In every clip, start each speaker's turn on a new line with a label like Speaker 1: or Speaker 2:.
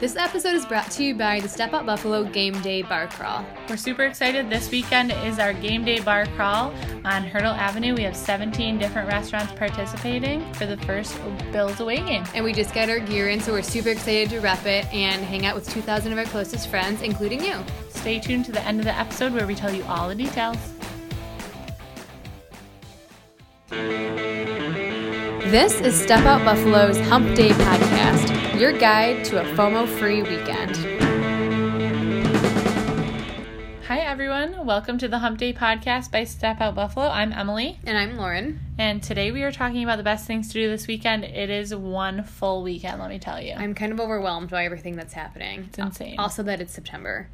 Speaker 1: This episode is brought to you by the Step Up Buffalo Game Day Bar Crawl.
Speaker 2: We're super excited. This weekend is our game day bar crawl on Hurdle Avenue. We have 17 different restaurants participating for the first Bills away game.
Speaker 1: And we just got our gear in, so we're super excited to rep it and hang out with 2,000 of our closest friends, including you.
Speaker 2: Stay tuned to the end of the episode where we tell you all the details.
Speaker 1: This is Step Out Buffalo's Hump Day Podcast, your guide to a FOMO free weekend.
Speaker 2: Hi, everyone. Welcome to the Hump Day podcast by Step Out Buffalo. I'm Emily,
Speaker 1: And I'm Lauren.
Speaker 2: and today we are talking about the best things to do this weekend. It is one full weekend, let me tell you.
Speaker 1: I'm kind of overwhelmed by everything that's happening. It's
Speaker 2: insane.
Speaker 1: Also, that it's September.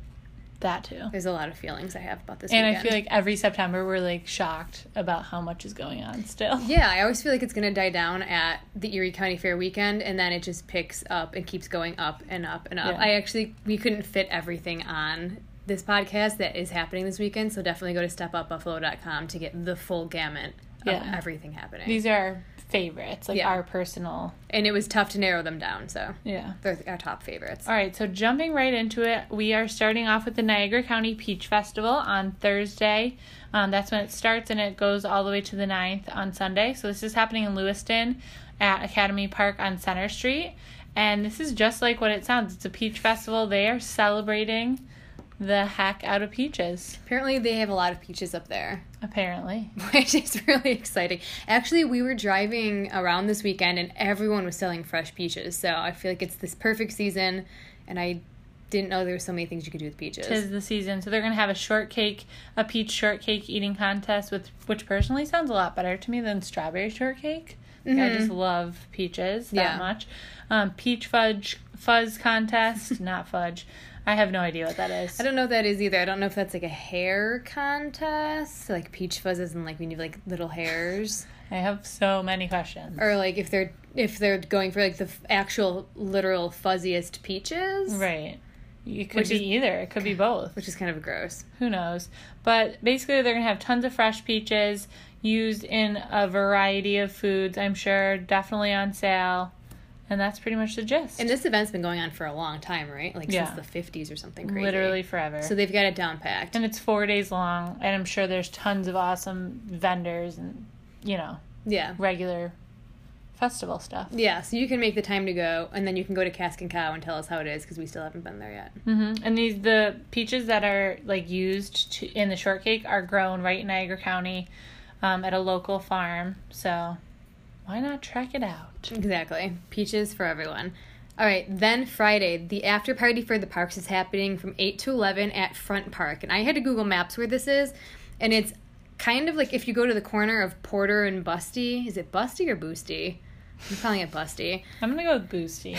Speaker 2: that too.
Speaker 1: There's a lot of feelings I have about this
Speaker 2: And I
Speaker 1: weekend.
Speaker 2: feel like every September we're like shocked about how much is going on still.
Speaker 1: Yeah, I always feel like it's going to die down at the Erie County Fair weekend, and then it just picks up and keeps going up and up and up.
Speaker 2: Yeah.
Speaker 1: I actually we couldn't fit everything on this podcast that is happening this weekend, so definitely go to stepupbuffalo.com to get the full gamut
Speaker 2: Yeah.
Speaker 1: of everything happening.
Speaker 2: These are our favorites, like
Speaker 1: Yeah.
Speaker 2: our personal.
Speaker 1: and it was tough to narrow them down, so
Speaker 2: Yeah.
Speaker 1: they're our top favorites.
Speaker 2: All right, so jumping right into it, we are starting off with the Niagara County Peach Festival on Thursday. Um, that's when it starts and it goes all the way to the 9th on Sunday. So this is happening in Lewiston at Academy Park on Center Street. And this is just like what it sounds it's a peach festival. They are celebrating the heck out of peaches,
Speaker 1: Apparently, they have a lot of peaches up there.
Speaker 2: apparently.
Speaker 1: which is really exciting. Actually, we were driving around this weekend and everyone was selling fresh peaches. So I feel like it's this perfect season, and I didn't know there were so many things you could do with peaches.
Speaker 2: Tis the season. So they're going to have a shortcake, a peach shortcake eating contest, with which personally sounds a lot better to me than strawberry shortcake. Like, I just love peaches that
Speaker 1: Mm-hmm. Yeah.
Speaker 2: much. Um, peach fudge fuzz contest, not fudge. I have no idea what that is.
Speaker 1: I don't know what that is either. I don't know if that's like a hair contest, so, like peach fuzzes, and like when you have like little hairs,
Speaker 2: I have so many questions.
Speaker 1: or like if they're if they're going for like the f- actual literal fuzziest peaches,
Speaker 2: Right. It could
Speaker 1: Which
Speaker 2: be
Speaker 1: is-
Speaker 2: either. It could be both.
Speaker 1: Which is kind of gross.
Speaker 2: who knows but basically they're gonna have tons of fresh peaches used in a variety of foods i'm sure definitely on sale and that's pretty much the gist
Speaker 1: And this event's been going on for a long time, right? Like
Speaker 2: Yeah.
Speaker 1: since the fifties or something crazy.
Speaker 2: literally forever
Speaker 1: So they've got it down packed.
Speaker 2: and it's four days long and i'm sure there's tons of awesome vendors and you know
Speaker 1: Yeah.
Speaker 2: regular festival stuff
Speaker 1: Yeah, so you can make the time to go, and then you can go to Cask and Cow and tell us how it is because we still haven't been there yet.
Speaker 2: hmm And these the peaches that are like used to, in the shortcake are grown right in Niagara County, um, at a local farm. So, why not track it out?
Speaker 1: Exactly. Peaches for everyone. All right, then Friday, the after party for the parks is happening from 8 to 11 at Front Park. And I had to Google Maps where this is, and it's kind of like if you go to the corner of Porter and Busty. Is it Busty or Boosty? I'm calling it Busty.
Speaker 2: I'm gonna go with Boosty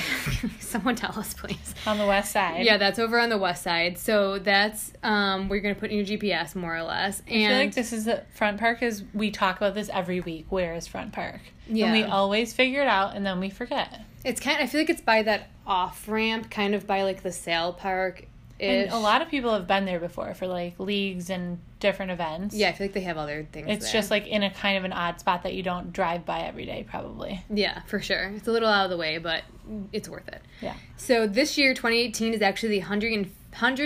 Speaker 1: Someone tell us, please.
Speaker 2: on the west side.
Speaker 1: Yeah, that's over on the west side. So that's um, where you're going to put in your GPS, more or less.
Speaker 2: I
Speaker 1: And
Speaker 2: feel like this is the front park is we talk about this every week. Where is front park? And we
Speaker 1: Yeah.
Speaker 2: always figure it out and then we forget.
Speaker 1: It's kind. I feel like it's by that off ramp, kind of by like the sail park.
Speaker 2: And a lot of people have been there before for like leagues and different events.
Speaker 1: Yeah, I feel like they have other things.
Speaker 2: It's
Speaker 1: there.
Speaker 2: just like in a kind of an odd spot that you don't drive by every day probably.
Speaker 1: yeah, for sure. It's a little out of the way, but it's worth it.
Speaker 2: Yeah.
Speaker 1: So this year, 2018 is actually the 100 and-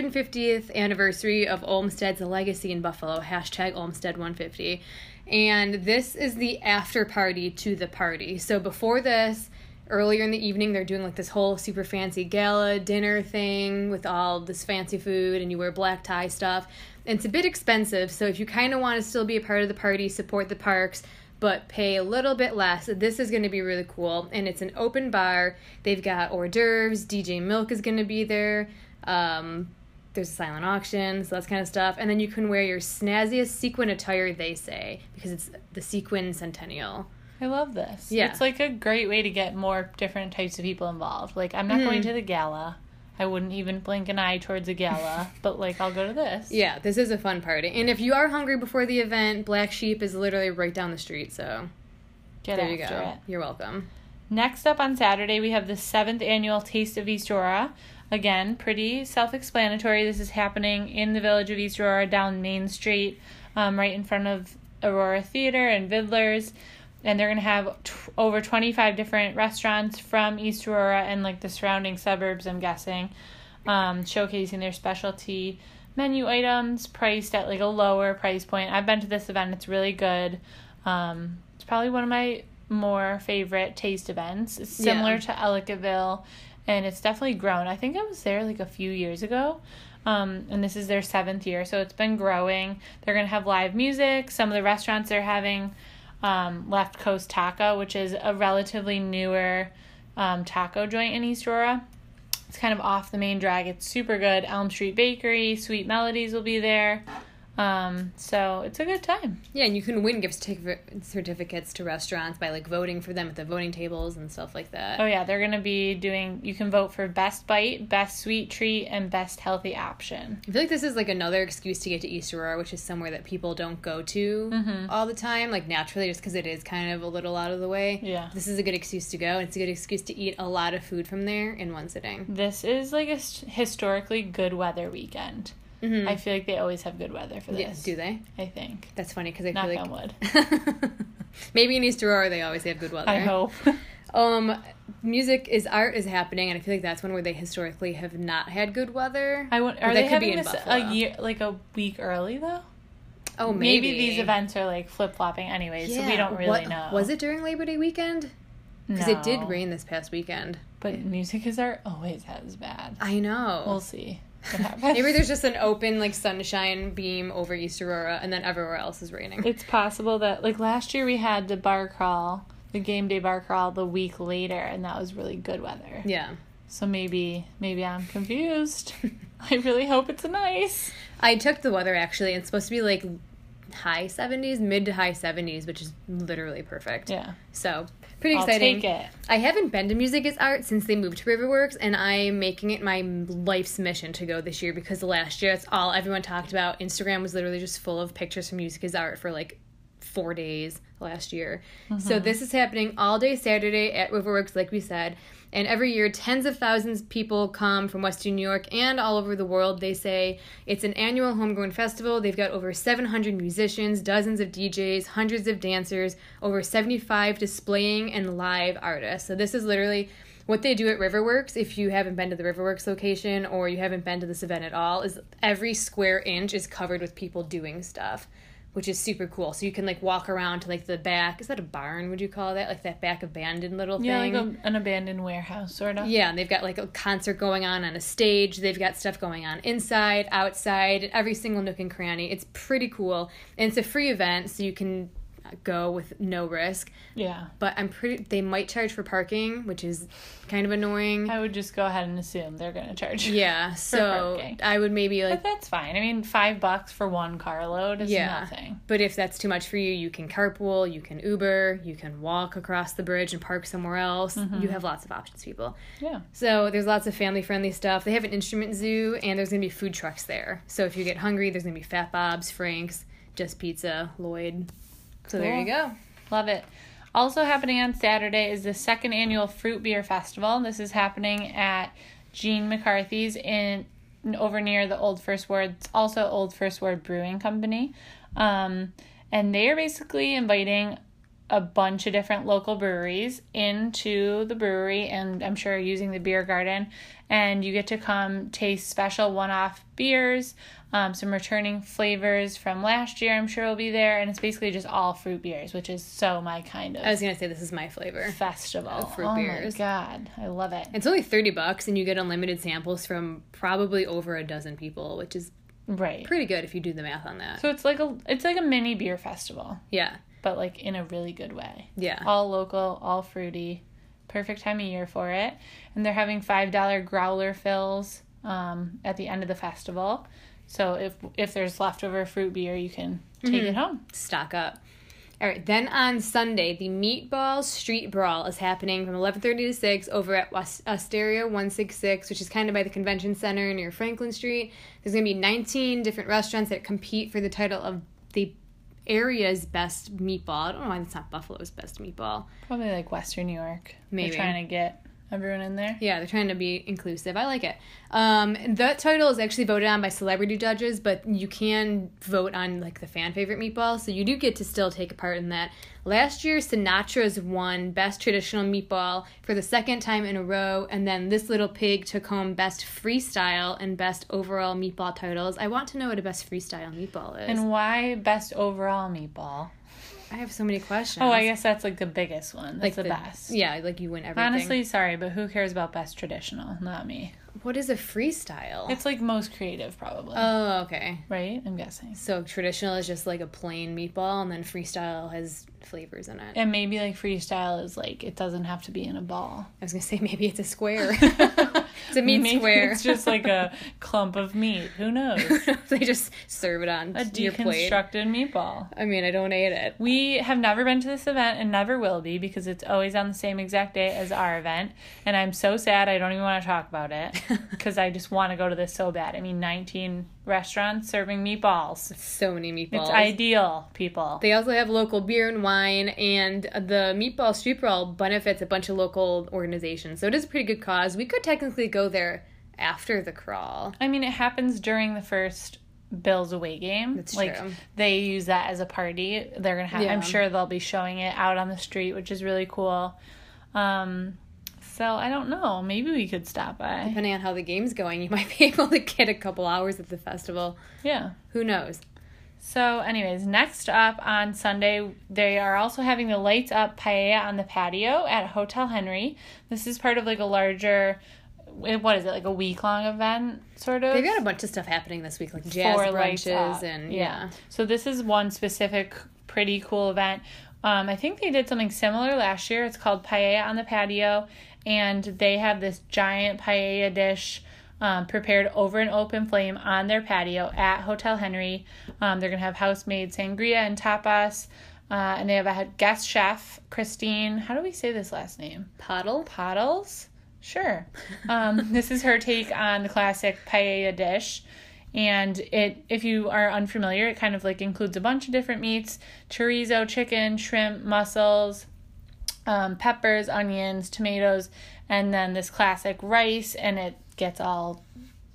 Speaker 1: 150th anniversary of Olmsted's legacy in Buffalo. Hashtag Olmsted 150, and this is the after party to the party. So before this. Earlier in the evening, they're doing like this whole super fancy gala dinner thing with all this fancy food, and you wear black tie stuff. And it's a bit expensive, so if you kind of want to still be a part of the party, support the parks, but pay a little bit less. This is going to be really cool. And it's an open bar. They've got hors d'oeuvres. DJ Milk is going to be there. Um, there's a silent auction, so that's kind of stuff. And then you can wear your snazziest sequin attire, they say, because it's the sequin centennial.
Speaker 2: I love this.
Speaker 1: Yeah.
Speaker 2: It's like a great way to get more different types of people involved. Like I'm not going
Speaker 1: Mm-hmm.
Speaker 2: to the gala. I wouldn't even blink an eye towards a gala, but like I'll go to this.
Speaker 1: Yeah, this is a fun party. And if you are hungry before the event, Black Sheep is literally right down the street, so
Speaker 2: Get
Speaker 1: there you
Speaker 2: after
Speaker 1: go.
Speaker 2: it.
Speaker 1: You're welcome.
Speaker 2: Next up on Saturday, we have the seventh annual Taste of East Aurora. Again, pretty self explanatory. This is happening in the village of East Aurora down Main Street, um, right in front of Aurora Theater and Vidlers. and they're going to have t- over 25 different restaurants from East Aurora and like the surrounding suburbs, I'm guessing, um, showcasing their specialty menu items priced at like a lower price point. I've been to this event, it's really good. Um, it's probably one of my more favorite taste events. It's
Speaker 1: Yeah.
Speaker 2: similar to Ellicottville and it's definitely grown. I think I was there like a few years ago. Um, and this is their seventh year, so it's been growing. They're gonna have live music. Some of the restaurants they're having um, Left Coast Taco, which is a relatively newer um, taco joint in East Aurora. It's kind of off the main drag. It's super good. Elm Street Bakery, Sweet Melodies will be there. Um, so it's a good time.
Speaker 1: Yeah, and you can win gift certifi- certificates to restaurants by like voting for them at the voting tables and stuff like that.
Speaker 2: Oh yeah, they're gonna be doing. You can vote for best bite, best sweet treat, and best healthy option.
Speaker 1: I feel like this is like another excuse to get to East Aurora, which is somewhere that people don't go to
Speaker 2: Mm-hmm.
Speaker 1: all the time, like naturally, just because it is kind of a little out of the way.
Speaker 2: Yeah.
Speaker 1: This is a good excuse to go, and it's a good excuse to eat a lot of food from there in one sitting.
Speaker 2: This is like a s- historically good weather weekend. I feel like they always have good weather for
Speaker 1: Mm-hmm. Yeah,
Speaker 2: this.
Speaker 1: do they?
Speaker 2: I think.
Speaker 1: That's funny because I
Speaker 2: Knock
Speaker 1: feel
Speaker 2: on
Speaker 1: like
Speaker 2: wood.
Speaker 1: maybe in East Aurora they always have good weather.
Speaker 2: I hope.
Speaker 1: Um, music is art is happening, and I feel like that's one where they historically have not had good weather.
Speaker 2: I want.
Speaker 1: But
Speaker 2: Are
Speaker 1: that
Speaker 2: they
Speaker 1: could be
Speaker 2: having
Speaker 1: in
Speaker 2: this
Speaker 1: Buffalo.
Speaker 2: a year, like a week early though?
Speaker 1: oh, maybe,
Speaker 2: Maybe, these events are like flip flopping anyways, so we
Speaker 1: Yeah,
Speaker 2: don't really
Speaker 1: what-
Speaker 2: know.
Speaker 1: Was it during Labor Day weekend? Because it did
Speaker 2: No.
Speaker 1: rain this past weekend.
Speaker 2: But music is oh, art always as bad.
Speaker 1: I know.
Speaker 2: We'll see. What happens.
Speaker 1: Maybe there's just an open like sunshine beam over East Aurora, and then everywhere else is raining.
Speaker 2: It's possible that like last year we had the bar crawl, the game day bar crawl the week later, and that was really good weather.
Speaker 1: Yeah,
Speaker 2: So maybe maybe I'm confused. I really hope it's nice.
Speaker 1: I took the weather actually. and It's supposed to be like high 70s, mid to high 70s, which is literally perfect.
Speaker 2: Yeah.
Speaker 1: So pretty
Speaker 2: I'll
Speaker 1: exciting.
Speaker 2: take it.
Speaker 1: I haven't been to Music is Art since they moved to Riverworks, and I'm making it my life's mission to go this year because last year it's all everyone talked about. Instagram was literally just full of pictures from Music is Art for like four days last year. So this is happening all day Saturday at Riverworks, like we said. And every year, tens of thousands of people come from Western New York and all over the world. They say it's an annual homegrown festival. They've got over 700 musicians, dozens of DJs, hundreds of dancers, over 75 displaying and live artists. So, this is literally what they do at Riverworks. If you haven't been to the Riverworks location or you haven't been to this event at all, is every square inch is covered with people doing stuff which is super cool. So you can like walk around to like the back. Is that a barn? Would you call that like that back abandoned little
Speaker 2: Yeah,
Speaker 1: thing?
Speaker 2: like a, an abandoned warehouse sort of.
Speaker 1: yeah, and they've got like a concert going on on a stage. They've got stuff going on inside, outside, and every single nook and cranny. It's pretty cool, and it's a free event, so you can go with no risk.
Speaker 2: Yeah.
Speaker 1: But I'm pretty. They might charge for parking, which is kind of annoying.
Speaker 2: I would just go ahead and assume they're gonna charge.
Speaker 1: Yeah, so
Speaker 2: parking.
Speaker 1: I would maybe like
Speaker 2: But that's fine. I mean, five bucks for one carload is
Speaker 1: Yeah.
Speaker 2: nothing.
Speaker 1: But if that's too much for you, you can carpool, you can Uber, you can walk across the bridge and park somewhere else.
Speaker 2: Mm-hmm.
Speaker 1: You have lots of options, people.
Speaker 2: Yeah.
Speaker 1: So there's lots of family friendly stuff. They have an instrument zoo and there's gonna be food trucks there. So if you get hungry, there's gonna be Fat Bob's, Frank's, Just Pizza, Lloyd. So there you go.
Speaker 2: Love it. Also happening on Saturday is the second annual Fruit Beer Festival. This is happening at Gene McCarthy's in over near the Old First Word, it's also Old First Word Brewing Company. Um, and they are basically inviting a bunch of different local breweries into the brewery and I'm sure using the beer garden and you get to come taste special one-off beers um, some returning flavors from last year I'm sure will be there and it's basically just all fruit beers which is so my kind of
Speaker 1: I was gonna say this is my flavor.
Speaker 2: festival
Speaker 1: fruit
Speaker 2: oh
Speaker 1: beers.
Speaker 2: my god I love it
Speaker 1: It's only 30 bucks and you get unlimited samples from probably over a dozen people, which is
Speaker 2: right
Speaker 1: pretty good if you do the math on that.
Speaker 2: so it's like a it's like a mini beer festival
Speaker 1: Yeah.
Speaker 2: but like in a really good way
Speaker 1: Yeah.
Speaker 2: all local, all fruity. Perfect time of year for it. And they're having $5 growler fills um, at the end of the festival. So if if there's leftover fruit beer, you can take
Speaker 1: Mm-hmm.
Speaker 2: it home.
Speaker 1: stock up. All right, then on Sunday, the Meatball Street Brawl is happening from 11:30 to 6 over at West- Osteria 166, which is kind of by the convention center near Franklin Street. There's going to be 19 different restaurants that compete for the title of the area's best meatball. I don't know why that's not Buffalo's best meatball.
Speaker 2: Probably like Western New York.
Speaker 1: Maybe.
Speaker 2: They're trying to get everyone in there.
Speaker 1: Yeah, they're trying to be inclusive. I like it. Um, and that title is actually voted on by celebrity judges, but you can vote on like the fan favorite meatball, so you do get to still take a part in that. Last year, Sinatra's won Best Traditional Meatball for the second time in a row, and then This Little Pig took home Best Freestyle and Best Overall Meatball titles. I want to know what a Best Freestyle meatball is.
Speaker 2: And why best overall meatball?
Speaker 1: I have so many questions.
Speaker 2: Oh, I guess that's like the biggest one. That's the, best.
Speaker 1: Yeah, like you win everything.
Speaker 2: Honestly, sorry, but who cares about best traditional? Not me.
Speaker 1: what is a freestyle?
Speaker 2: It's like most creative, probably.
Speaker 1: oh, okay.
Speaker 2: right? I'm guessing.
Speaker 1: So traditional is just like a plain meatball, and then freestyle has flavors in it.
Speaker 2: And maybe like freestyle is like it doesn't have to be in a ball.
Speaker 1: I was gonna say maybe it's a square. it's a meat
Speaker 2: Maybe
Speaker 1: square.
Speaker 2: It's just like a clump of meat. Who knows?
Speaker 1: they just serve it on
Speaker 2: A
Speaker 1: your plate.
Speaker 2: deconstructed meatball.
Speaker 1: I mean, I don't eat it.
Speaker 2: We have never been to this event and never will be because it's always on the same exact day as our event. And I'm so sad I don't even want to talk about it because I just want to go to this so bad. I mean, 19 restaurants serving meatballs. It's
Speaker 1: So many meatballs.
Speaker 2: ideal, people.
Speaker 1: They also have local beer and wine, and the Meatball Street Brawl benefits a bunch of local organizations. So it is a pretty good cause. We could technically go there after the crawl.
Speaker 2: I mean, it happens during the first Bills away game.
Speaker 1: That's
Speaker 2: like
Speaker 1: true.
Speaker 2: they use that as a party. They're gonna have.
Speaker 1: Yeah.
Speaker 2: I'm sure they'll be showing it out on the street, which is really cool. Um, so I don't know. Maybe we could stop by.
Speaker 1: Depending on how the game's going, you might be able to get a couple hours at the festival.
Speaker 2: Yeah.
Speaker 1: Who knows?
Speaker 2: So, anyways, next up on Sunday, they are also having the lights up paella on the patio at Hotel Henry. This is part of like a larger, what is it, like a week long event, sort of?
Speaker 1: They've got a bunch of stuff happening this week, like jazz
Speaker 2: for Lights
Speaker 1: brunches
Speaker 2: Up.
Speaker 1: and yeah.
Speaker 2: So this is one specific pretty cool event. Um, I think they did something similar last year. It's called Paella on the Patio, and they have this giant paella dish. Um, prepared over an open flame on their patio at Hotel Henry. Um, they're going to have house-made sangria and tapas. Uh, and they have a guest chef, Christine. How do we say this last name?
Speaker 1: Puddle.
Speaker 2: Pottles? Sure. Um, this is her take on the classic paella dish. And it, if you are unfamiliar, it kind of like includes a bunch of different meats: chorizo, chicken, shrimp, mussels, um, peppers, onions, tomatoes, and then this classic rice. And it gets all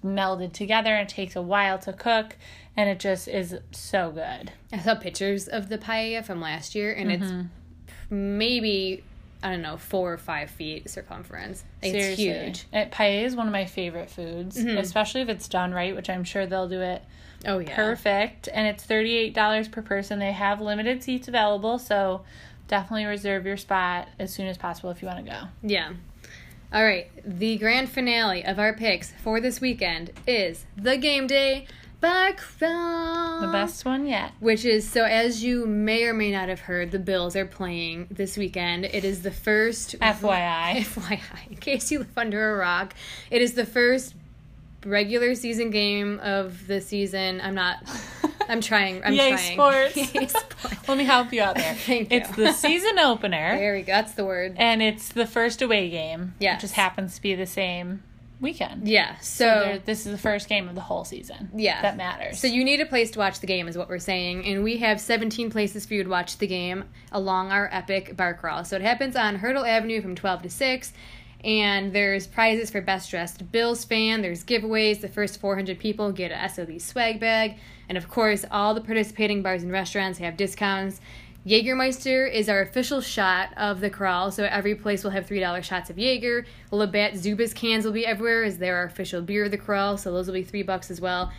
Speaker 2: melded together. and takes a while to cook, and it just is so good.
Speaker 1: I saw pictures of the paella from last year, and it's maybe I don't know four or five feet circumference. Like, It's huge. Mm-hmm.
Speaker 2: It, paella is one of my favorite foods, especially if it's done right, which I'm sure they'll do it
Speaker 1: Oh yeah.
Speaker 2: perfect and it's $38 per person they have limited seats available so definitely reserve your spot as soon as possible if you want to go
Speaker 1: Yeah. All right. The grand finale of our picks for this weekend is the game day by Crown.
Speaker 2: the best one yet
Speaker 1: Which is so, as you may or may not have heard, the Bills are playing this weekend. It is the first
Speaker 2: fyi
Speaker 1: FYI, in case you live under a rock, it is the first regular season game of the season. I'm not. I'm trying. I'm
Speaker 2: Yay,
Speaker 1: trying.
Speaker 2: sports.
Speaker 1: Yay, sports.
Speaker 2: let me help you out there
Speaker 1: Thank
Speaker 2: it's
Speaker 1: you.
Speaker 2: the season opener
Speaker 1: There we go. That's the word.
Speaker 2: and it's the first away game Yeah,
Speaker 1: Yes.
Speaker 2: it just happens to be the same weekend
Speaker 1: yeah.
Speaker 2: There-
Speaker 1: So.
Speaker 2: this is the first game of the whole season
Speaker 1: Yeah.
Speaker 2: that matters
Speaker 1: So you need a place to watch the game, is what we're saying, and we have 17 places for you to watch the game along our epic bar crawl. So it happens on Hurdle Avenue from 12 to 6, and there's prizes for best dressed Bills fan. There's giveaways. The first 400 people get a SOB swag bag, and of course, all the participating bars and restaurants have discounts. Jägermeister is our official shot of the crawl, so every place will have $3 shots of Jaeger. Labatt Zubas cans will be everywhere as they're our official beer of the crawl, so those will be 3 bucks as well.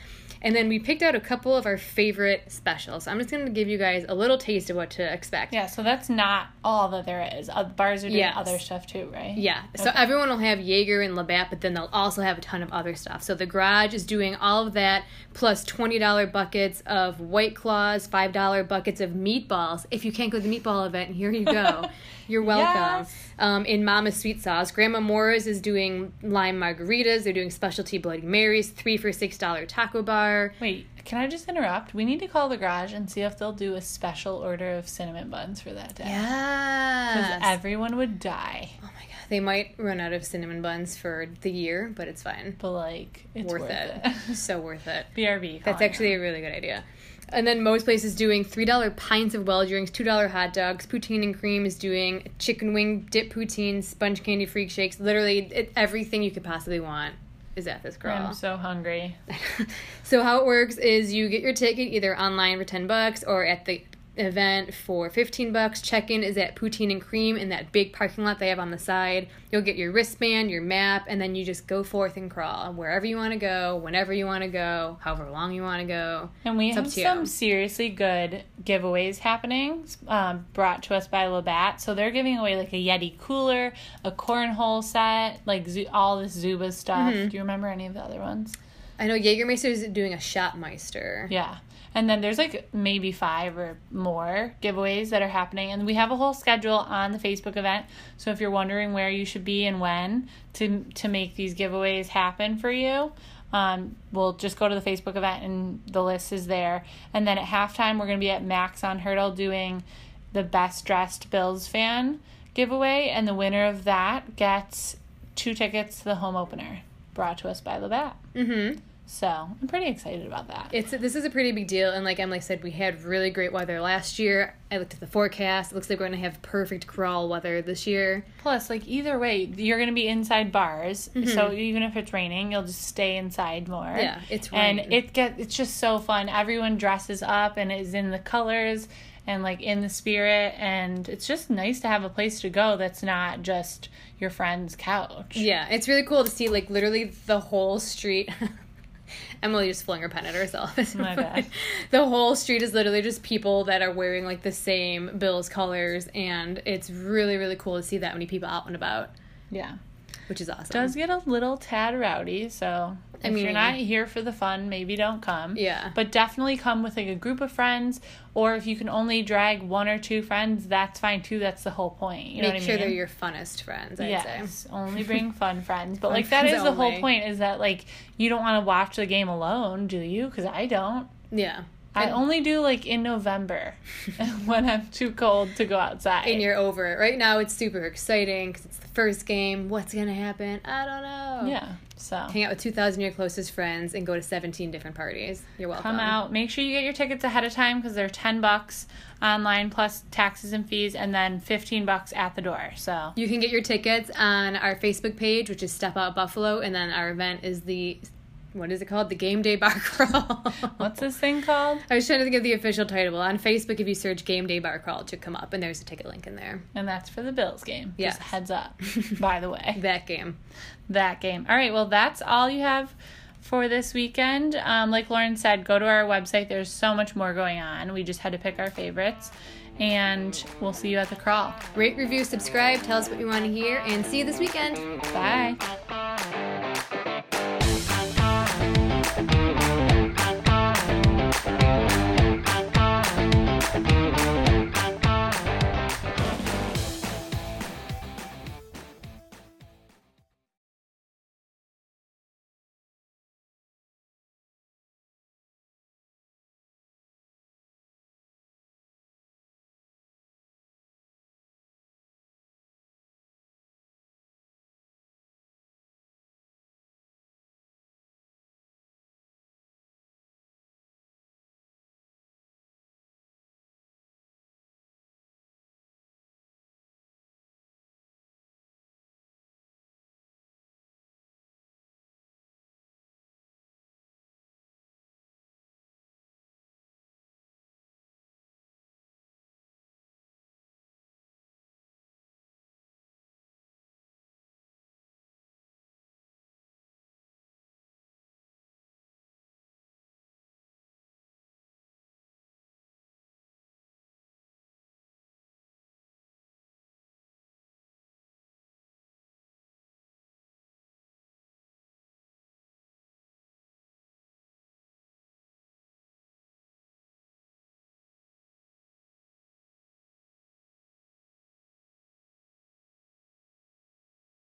Speaker 1: And then we picked out a couple of our favorite specials. So I'm just going to give you guys a little taste of what to expect.
Speaker 2: yeah so that's not all that there is uh, bars are doing
Speaker 1: Yes.
Speaker 2: other stuff too right
Speaker 1: Yeah. So everyone will have Jaeger and Labatt, but then they'll also have a ton of other stuff. So the garage is doing all of that, plus $20 buckets of White Claws, $5 buckets of meatballs. If you can't go to the meatball event, here you go. You're welcome.
Speaker 2: Yes.
Speaker 1: Um, in Mama's Sweet Sauce, Grandma Morris is doing lime margaritas. They're doing specialty Bloody Marys, three for $6 taco bar.
Speaker 2: Wait, can I just interrupt? We need to call the garage and see if they'll do a special order of cinnamon buns for that day.
Speaker 1: Yes.
Speaker 2: 'Cause Everyone would die,
Speaker 1: Oh my god, they might run out of cinnamon buns for the year, but it's fine.
Speaker 2: but like it's
Speaker 1: Worth,
Speaker 2: worth,
Speaker 1: it.
Speaker 2: it.
Speaker 1: so worth it.
Speaker 2: BRB.
Speaker 1: That's
Speaker 2: calling
Speaker 1: actually a really good idea. And then most places doing $3 pints of well drinks, $2 hot dogs. Poutine and Cream is doing chicken wing dip poutine, sponge candy freak shakes. Literally it, everything you could possibly want is at this girl.
Speaker 2: I'm so hungry.
Speaker 1: So how it works is you get your ticket either online for 10 bucks or at the event for 15 bucks. Check-in is at Poutine and Cream in that big parking lot they have on the side. You'll get your wristband, your map, and then you just go forth and crawl wherever you want to go, whenever you want to go, however long you want to go.
Speaker 2: And we
Speaker 1: It's up
Speaker 2: have
Speaker 1: to you.
Speaker 2: some seriously good giveaways happening, um, brought to us by Labatt. So they're giving away like a Yeti cooler, a cornhole set, like Zu- all this Zuba stuff.
Speaker 1: Mm-hmm.
Speaker 2: Do you remember any of the other ones?
Speaker 1: I know Jägermeister is doing a Shopmeister.
Speaker 2: Yeah. And then there's like maybe five or more giveaways that are happening. And we have a whole schedule on the Facebook event. So if you're wondering where you should be and when to, to make these giveaways happen for you, um, we'll just go to the Facebook event and the list is there. And then at halftime, we're going to be at Max on Hurdle doing the best dressed Bills fan giveaway. And the winner of that gets two tickets to the home opener brought to us by Labatt.
Speaker 1: Mm-hmm.
Speaker 2: So I'm pretty excited about that.
Speaker 1: It's this is a pretty big deal, and like Emily said, we had really great weather last year. I looked at the forecast; it looks like we're going to have perfect crawl weather this year.
Speaker 2: Plus, like either way, you're gonna be inside bars, so even if it's raining, you'll just stay inside more.
Speaker 1: Mm-hmm. Yeah, it's
Speaker 2: and
Speaker 1: rain.
Speaker 2: it get it's just so fun. Everyone dresses up and is in the colors and like in the spirit, and it's just nice to have a place to go that's not just your friend's couch.
Speaker 1: Yeah, it's really cool to see like literally the whole street. Emily just flung her pen at herself.
Speaker 2: My bad.
Speaker 1: The whole street is literally just people that are wearing like the same Bills colors, and it's really really cool to see that many people out and about,
Speaker 2: yeah.
Speaker 1: which is awesome.
Speaker 2: does get a little tad rowdy, so if
Speaker 1: I
Speaker 2: you're
Speaker 1: mean-
Speaker 2: not here for the fun, maybe don't come.
Speaker 1: Yeah.
Speaker 2: But definitely come with like a group of friends, or if you can only drag one or two friends, that's fine too. That's the whole point. You know
Speaker 1: Make
Speaker 2: what I
Speaker 1: sure
Speaker 2: mean?
Speaker 1: they're your funnest friends. I'd say.
Speaker 2: yes, only bring fun friends. But
Speaker 1: Fun
Speaker 2: like that
Speaker 1: friends
Speaker 2: is the whole
Speaker 1: only.
Speaker 2: point is that like you don't want to watch the game alone, do you? Because I don't.
Speaker 1: Yeah.
Speaker 2: I
Speaker 1: And-
Speaker 2: only do like in November when I'm too cold to go outside.
Speaker 1: and you're over it. Right now, it's super exciting because it's the first game. What's gonna happen? I don't know.
Speaker 2: yeah. So
Speaker 1: Hang out with two thousand of your closest friends and go to seventeen different parties. You're welcome.
Speaker 2: come out make sure you get your tickets ahead of time because they're 10 bucks online plus taxes and fees and then 15 bucks at the door so
Speaker 1: You can get your tickets on our Facebook page, which is Step Out Buffalo, and then our event is the what is it called? The Game Day Bar Crawl.
Speaker 2: what's this thing called
Speaker 1: I was trying to think of the official title. On Facebook, if you search Game Day Bar Crawl, it should come up, and there's a ticket link in there.
Speaker 2: and that's for the bills game
Speaker 1: Yes.
Speaker 2: just heads up by the way
Speaker 1: That game.
Speaker 2: that game all right well that's all you have for this weekend um, like lauren said go to our website there's so much more going on we just had to pick our favorites and we'll see you at the crawl
Speaker 1: Rate, review, subscribe, tell us what you want to hear, and see you this weekend.
Speaker 2: bye